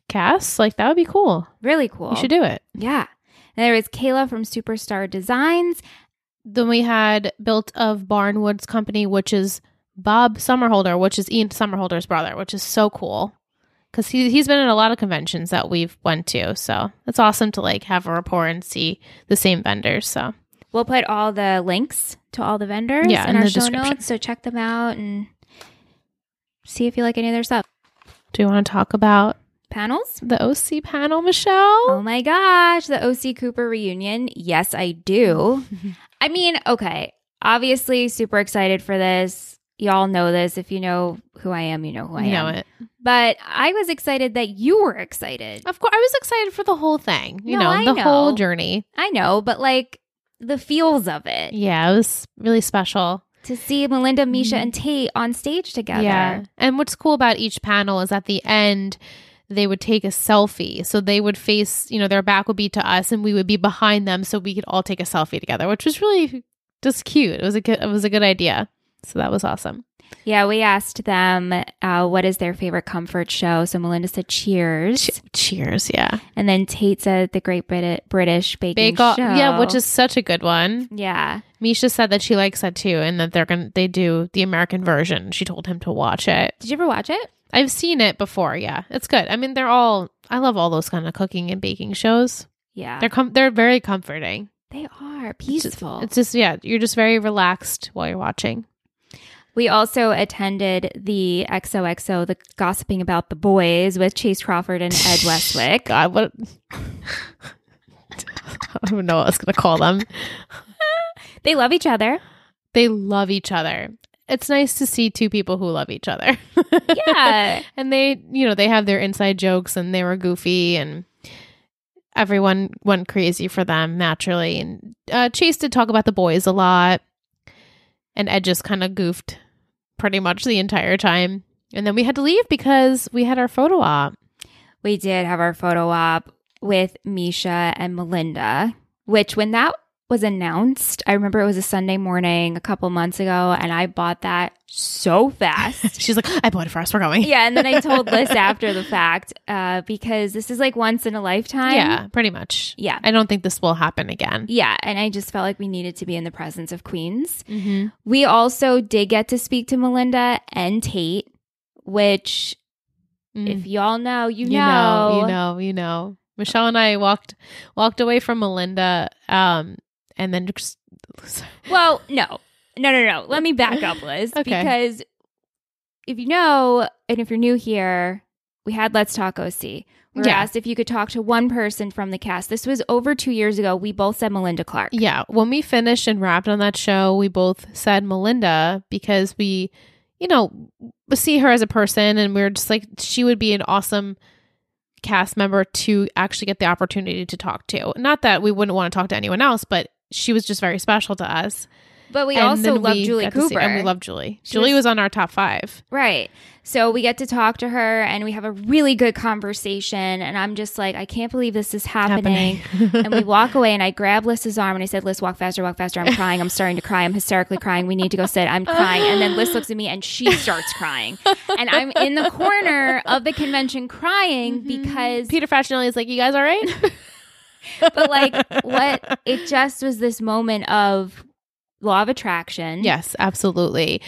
D: cast, like that would be cool.
B: Really cool.
D: You should do it.
B: Yeah. And there was Kayla from Superstar Designs.
D: Then we had Built of Barnwoods Company, which is Bob Summerholder, which is Ian Summerholder's brother, which is so cool because he he's been at a lot of conventions that we've went to. So it's awesome to like have a rapport and see the same vendors. So
B: We'll put all the links to all the vendors
D: Yeah,
B: in
D: in
B: our
D: the
B: show
D: description.
B: notes. So check them out and see if you like any of their stuff.
D: Do you want to talk about
B: Panels?
D: the OC panel, Michelle?
B: Oh my gosh, the OC Cooper reunion. Yes, I do. I mean, okay. Obviously, super excited for this. Y'all know this. If you know who I am, you know who I
D: you
B: am.
D: know it.
B: But I was excited that you were excited.
D: Of course, I was excited for the whole thing. You
B: No,
D: know,
B: I
D: the whole
B: know.
D: journey.
B: I know, but like the feels of it
D: Yeah, it was really special.
B: to see Melinda, Misha,
D: Mhm.
B: and Tate on stage together.
D: And what's cool about each panel is at the end, they would take a selfie. So they would face, you know, their back would be to us and we would be behind them so we could all take a selfie together, which was really just cute. It was a good it was a good idea. So that was awesome.
B: Yeah, we asked them uh, what is their favorite comfort show. So Melinda said Cheers,
D: Cheers, yeah.
B: and then Tate said the Great Brit- British Baking
D: Bake Off,
B: Show.
D: yeah, which is such a good one.
B: yeah,
D: Misha said that she likes that too and that they're going to they do the American version. She told him to watch it.
B: Did you ever watch it?
D: I've seen it before, yeah. It's good. I mean, they're all I love all those kind of cooking and baking shows.
B: Yeah,
D: They're com- they're very comforting.
B: they are
D: It's just-
B: peaceful.
D: It's just yeah, you're just very relaxed while you're watching.
B: we also attended the XOXO, the Gossiping About the Boys with Chase Crawford and Ed Westwick.
D: God, what? I don't even know what I was gonna call them.
B: They love each other.
D: They love each other. It's nice to see two people who love each other.
B: Yeah,
D: and they, you know, they have their inside jokes and they were goofy and everyone went crazy for them naturally. And uh, Chase did talk about the boys a lot, and Ed just kind of goofed pretty much the entire time. And then we had to leave because we had our photo op.
B: we did have our photo op with Misha and Melinda, which when that was announced, I remember it was a Sunday morning a couple months ago, and I bought that so fast.
D: She's like, I bought it for us. We're going.
B: yeah, and then I told Liz after the fact uh, because this is like once in a lifetime.
D: Yeah, pretty much.
B: Yeah.
D: I don't think this will happen again.
B: Yeah, and I just felt like we needed to be in the presence of queens.
D: Mm-hmm.
B: We also did get to speak to Melinda and Tate, which if y'all know, you,
D: Mm. Mm-hmm. you
B: know,
D: know, you know, you know. Michelle and I walked walked away from Melinda, um, and then just
B: Well, no. No, no, no. Let me back up, Liz.
D: Okay.
B: Because if you know, and if you're new here, we had Let's Talk OC. We were
D: Yeah.
B: asked if you could talk to one person from the cast. This was over two years ago. We both said Melinda Clark.
D: yeah. When we finished and wrapped on that show, we both said Melinda because we, you know, see her as a person, and we were just like she would be an awesome cast member to actually get the opportunity to talk to. Not that we wouldn't want to talk to anyone else, but she was just very special to us.
B: But we
D: And
B: also
D: then
B: love
D: we
B: Julie
D: got to see-
B: Cooper.
D: and we love Julie.
B: She
D: Julie
B: was-
D: was, on our top five.
B: Right. So we get to talk to her and we have a really good conversation. And I'm just like, I can't believe this is happening. and we walk away and I grab Liz's arm and I said, Liz, walk faster, walk faster. I'm crying. I'm starting to cry. I'm hysterically crying. We need to go sit. I'm crying. And then Liz looks at me and she starts crying. And I'm in the corner of the convention crying because,
D: Peter Facinelli is like, "You guys all right?"
B: but like, what it just was this moment of law of attraction.
D: yes, absolutely.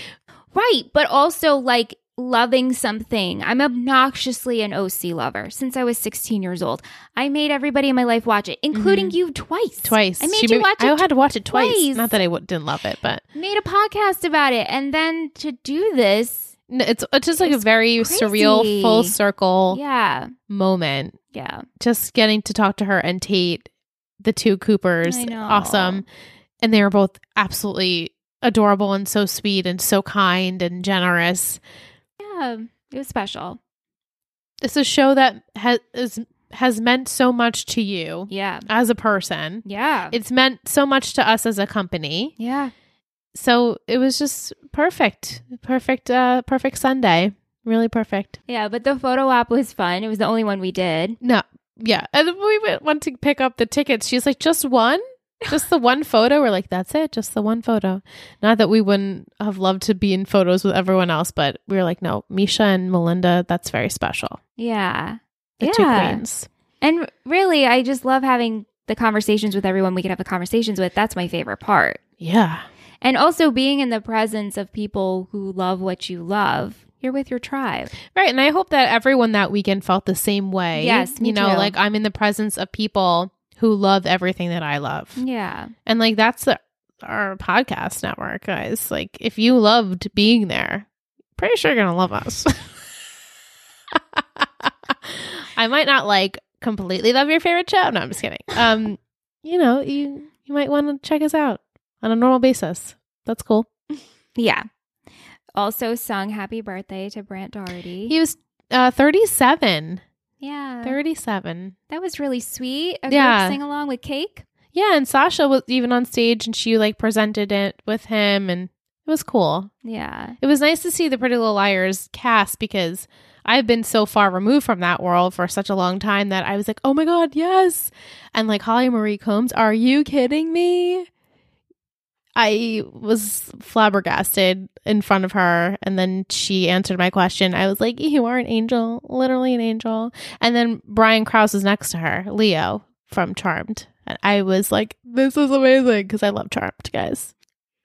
B: Right, but also like loving something. I'm obnoxiously an OC lover since I was 16 years old. I made everybody in my life watch it, including you twice.
D: Mm-hmm. Twice.
B: I made
D: She
B: you
D: made-
B: watch
D: I
B: it.
D: had to watch it twice.
B: twice.
D: Not that I w- didn't love it, but
B: made a podcast about it, and then to do this,
D: No, it's it's just like
B: It's
D: a very
B: crazy.
D: surreal, full circle
B: yeah,
D: moment.
B: yeah,
D: Just getting to talk to her and Tate, the two Coopers,
B: I know.
D: awesome, and they were both absolutely adorable and so sweet and so kind and generous.
B: yeah. It was special.
D: it's a show that has is, has meant so much to you
B: Yeah,
D: as a person.
B: yeah,
D: It's meant so much to us as a company.
B: yeah.
D: So it was just perfect, perfect, uh, perfect Sunday. Really perfect.
B: Yeah, but the photo op was fun. It was the only one we did.
D: No, yeah. And when we went, went to pick up the tickets. She's like, just one. Just the one photo. We're like, that's it. Just the one photo. Not that we wouldn't have loved to be in photos with everyone else, but we were like, no, Misha and Melinda, that's very special.
B: Yeah.
D: The
B: yeah.
D: two queens.
B: And really, I just love having the conversations with everyone we can have the conversations with. That's my favorite part.
D: Yeah.
B: And also being in the presence of people who love what you love. You're with your tribe.
D: Right. And I hope that everyone that weekend felt the same way.
B: Yes, me
D: you know,
B: too.
D: like I'm in the presence of people who love everything that I love.
B: Yeah.
D: And like that's the, our podcast network, guys. Like if you loved being there, pretty sure you're gonna love us. I might not like completely love your favorite show. No, I'm just kidding. Um, you know, you you might want to check us out on a normal basis. That's cool.
B: Yeah. Also sung happy birthday to Brant Doherty.
D: He was uh 37.
B: yeah.
D: 37.
B: that was really sweet. A
D: Yeah.
B: group sing along with cake.
D: Yeah, and Sasha was even on stage and she like presented it with him and it was cool.
B: Yeah.
D: It was nice to see the Pretty Little Liars cast because I've been so far removed from that world for such a long time that I was like, "Oh my god, yes." And like Holly Marie Combs, are you kidding me? I was flabbergasted in front of her and then she answered my question. I was like, "You are an angel, literally an angel." And then Brian Krause was next to her, Leo from Charmed. And I was like, "This is amazing" because I love Charmed, guys.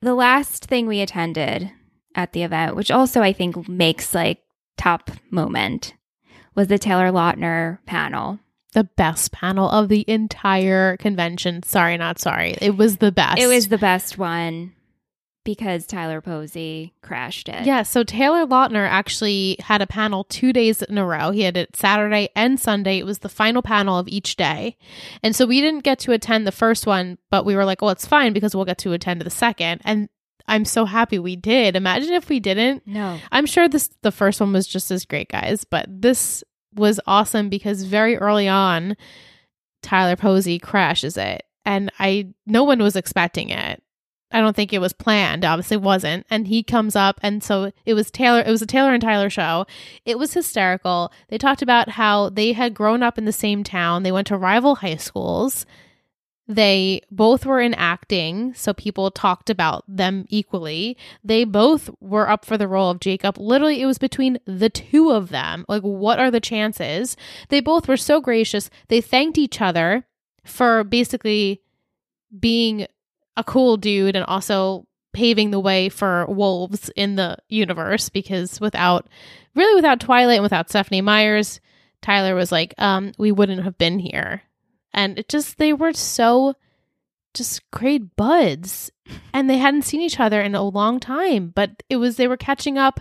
B: The last thing we attended at the event, which also I think makes like top moment, was the Taylor Lautner panel.
D: the best panel of the entire convention. Sorry, not sorry. It was the best.
B: It was the best one because Tyler Posey crashed it.
D: Yeah, so Taylor Lautner actually had a panel two days in a row. He had it Saturday and Sunday. It was the final panel of each day. And so we didn't get to attend the first one, but we were like, well, it's fine because we'll get to attend the second. And I'm so happy we did. Imagine if we didn't.
B: No.
D: I'm sure this the first one was just as great, guys, but this was awesome because very early on, Tyler Posey crashes it, and I no one was expecting it. I don't think it was planned. Obviously, wasn't. And he comes up, and so it was Taylor. It was a Taylor and Tyler show. It was hysterical. They talked about how they had grown up in the same town. They went to rival high schools. They both were in acting, so people talked about them equally. They both were up for the role of Jacob. Literally, it was between the two of them. Like, what are the chances? They both were so gracious. They thanked each other for basically being a cool dude and also paving the way for wolves in the universe because without really without Twilight and without Stephanie Myers, Tyler was like, um, we wouldn't have been here. And it just they were so just great buds and they hadn't seen each other in a long time but it was they were catching up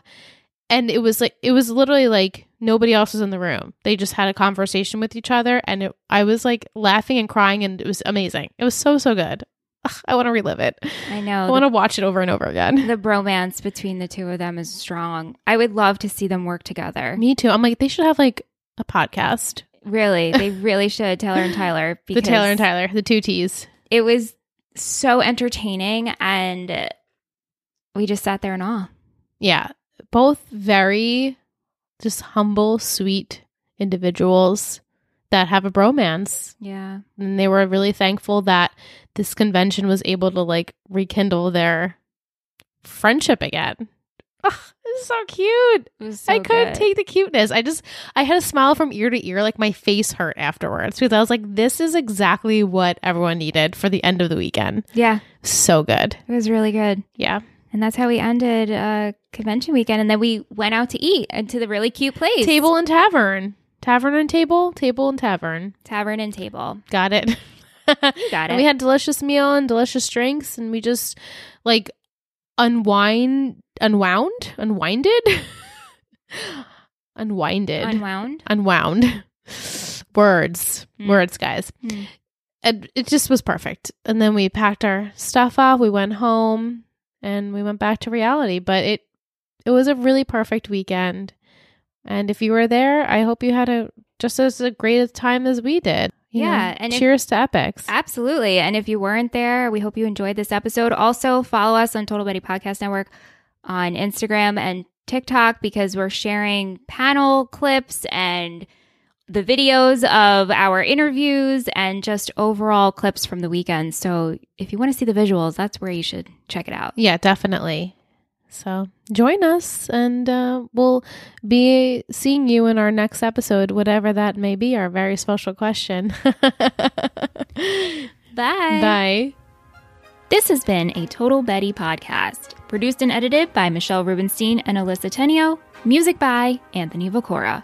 D: and it was like it was literally like nobody else was in the room they just had a conversation with each other and it, i was like laughing and crying and it was amazing it was so so good Ugh, i want to relive it
B: I
D: i
B: know.
D: want to watch it over and over
B: the,
D: again
B: the bromance between the two of them is strong. I would love to see them work together.
D: me too i'm like they should have like a podcast
B: Really, they really should. Taylor and Tyler.
D: the taylor and tyler the two t's
B: It was so entertaining, and we just sat there in awe.
D: yeah both very just humble sweet individuals that have a bromance
B: Yeah.
D: and they were really thankful that this convention was able to like rekindle their friendship again. Ugh, it's so cute.
B: It was so
D: I couldn't
B: good.
D: take the cuteness. I just I had a smile from ear to ear, like my face hurt afterwards because I was like, this is exactly what everyone needed for the end of the weekend.
B: Yeah,
D: So good.
B: it was really good.
D: Yeah.
B: And that's how we ended uh, convention weekend. And then we went out to eat and to the really cute place
D: Table and tavern. Tavern and table, table and tavern.
B: tavern and table.
D: Got it.
B: You got
D: And
B: it.
D: we had delicious meal and delicious drinks, and we just like unwind, unwound, unwinded, unwinded,
B: unwound.
D: unwound. Words,
B: Mm.
D: words, guys.
B: Mm.
D: And it just was perfect. And then we packed our stuff off. We went home, and we went back to reality. But it it was a really perfect weekend. And if you were there, I hope you had a just as a great a time as we did. You
B: Yeah,
D: know,
B: and if-
D: cheers to epics.
B: Absolutely. And if you weren't there, we hope you enjoyed this episode. Also, follow us on Total Betty Podcast Network on Instagram and TikTok because we're sharing panel clips and the videos of our interviews and just overall clips from the weekend. So, if you want to see the visuals, that's where you should check it out.
D: Yeah, definitely. So join us, and uh, we'll be seeing you in our next episode, whatever that may be, our very special question.
B: Bye.
D: Bye.
B: This has been a Total Betty podcast, produced and edited by Michelle Rubenstein and Alyssa Tenio, music by Anthony Vacora.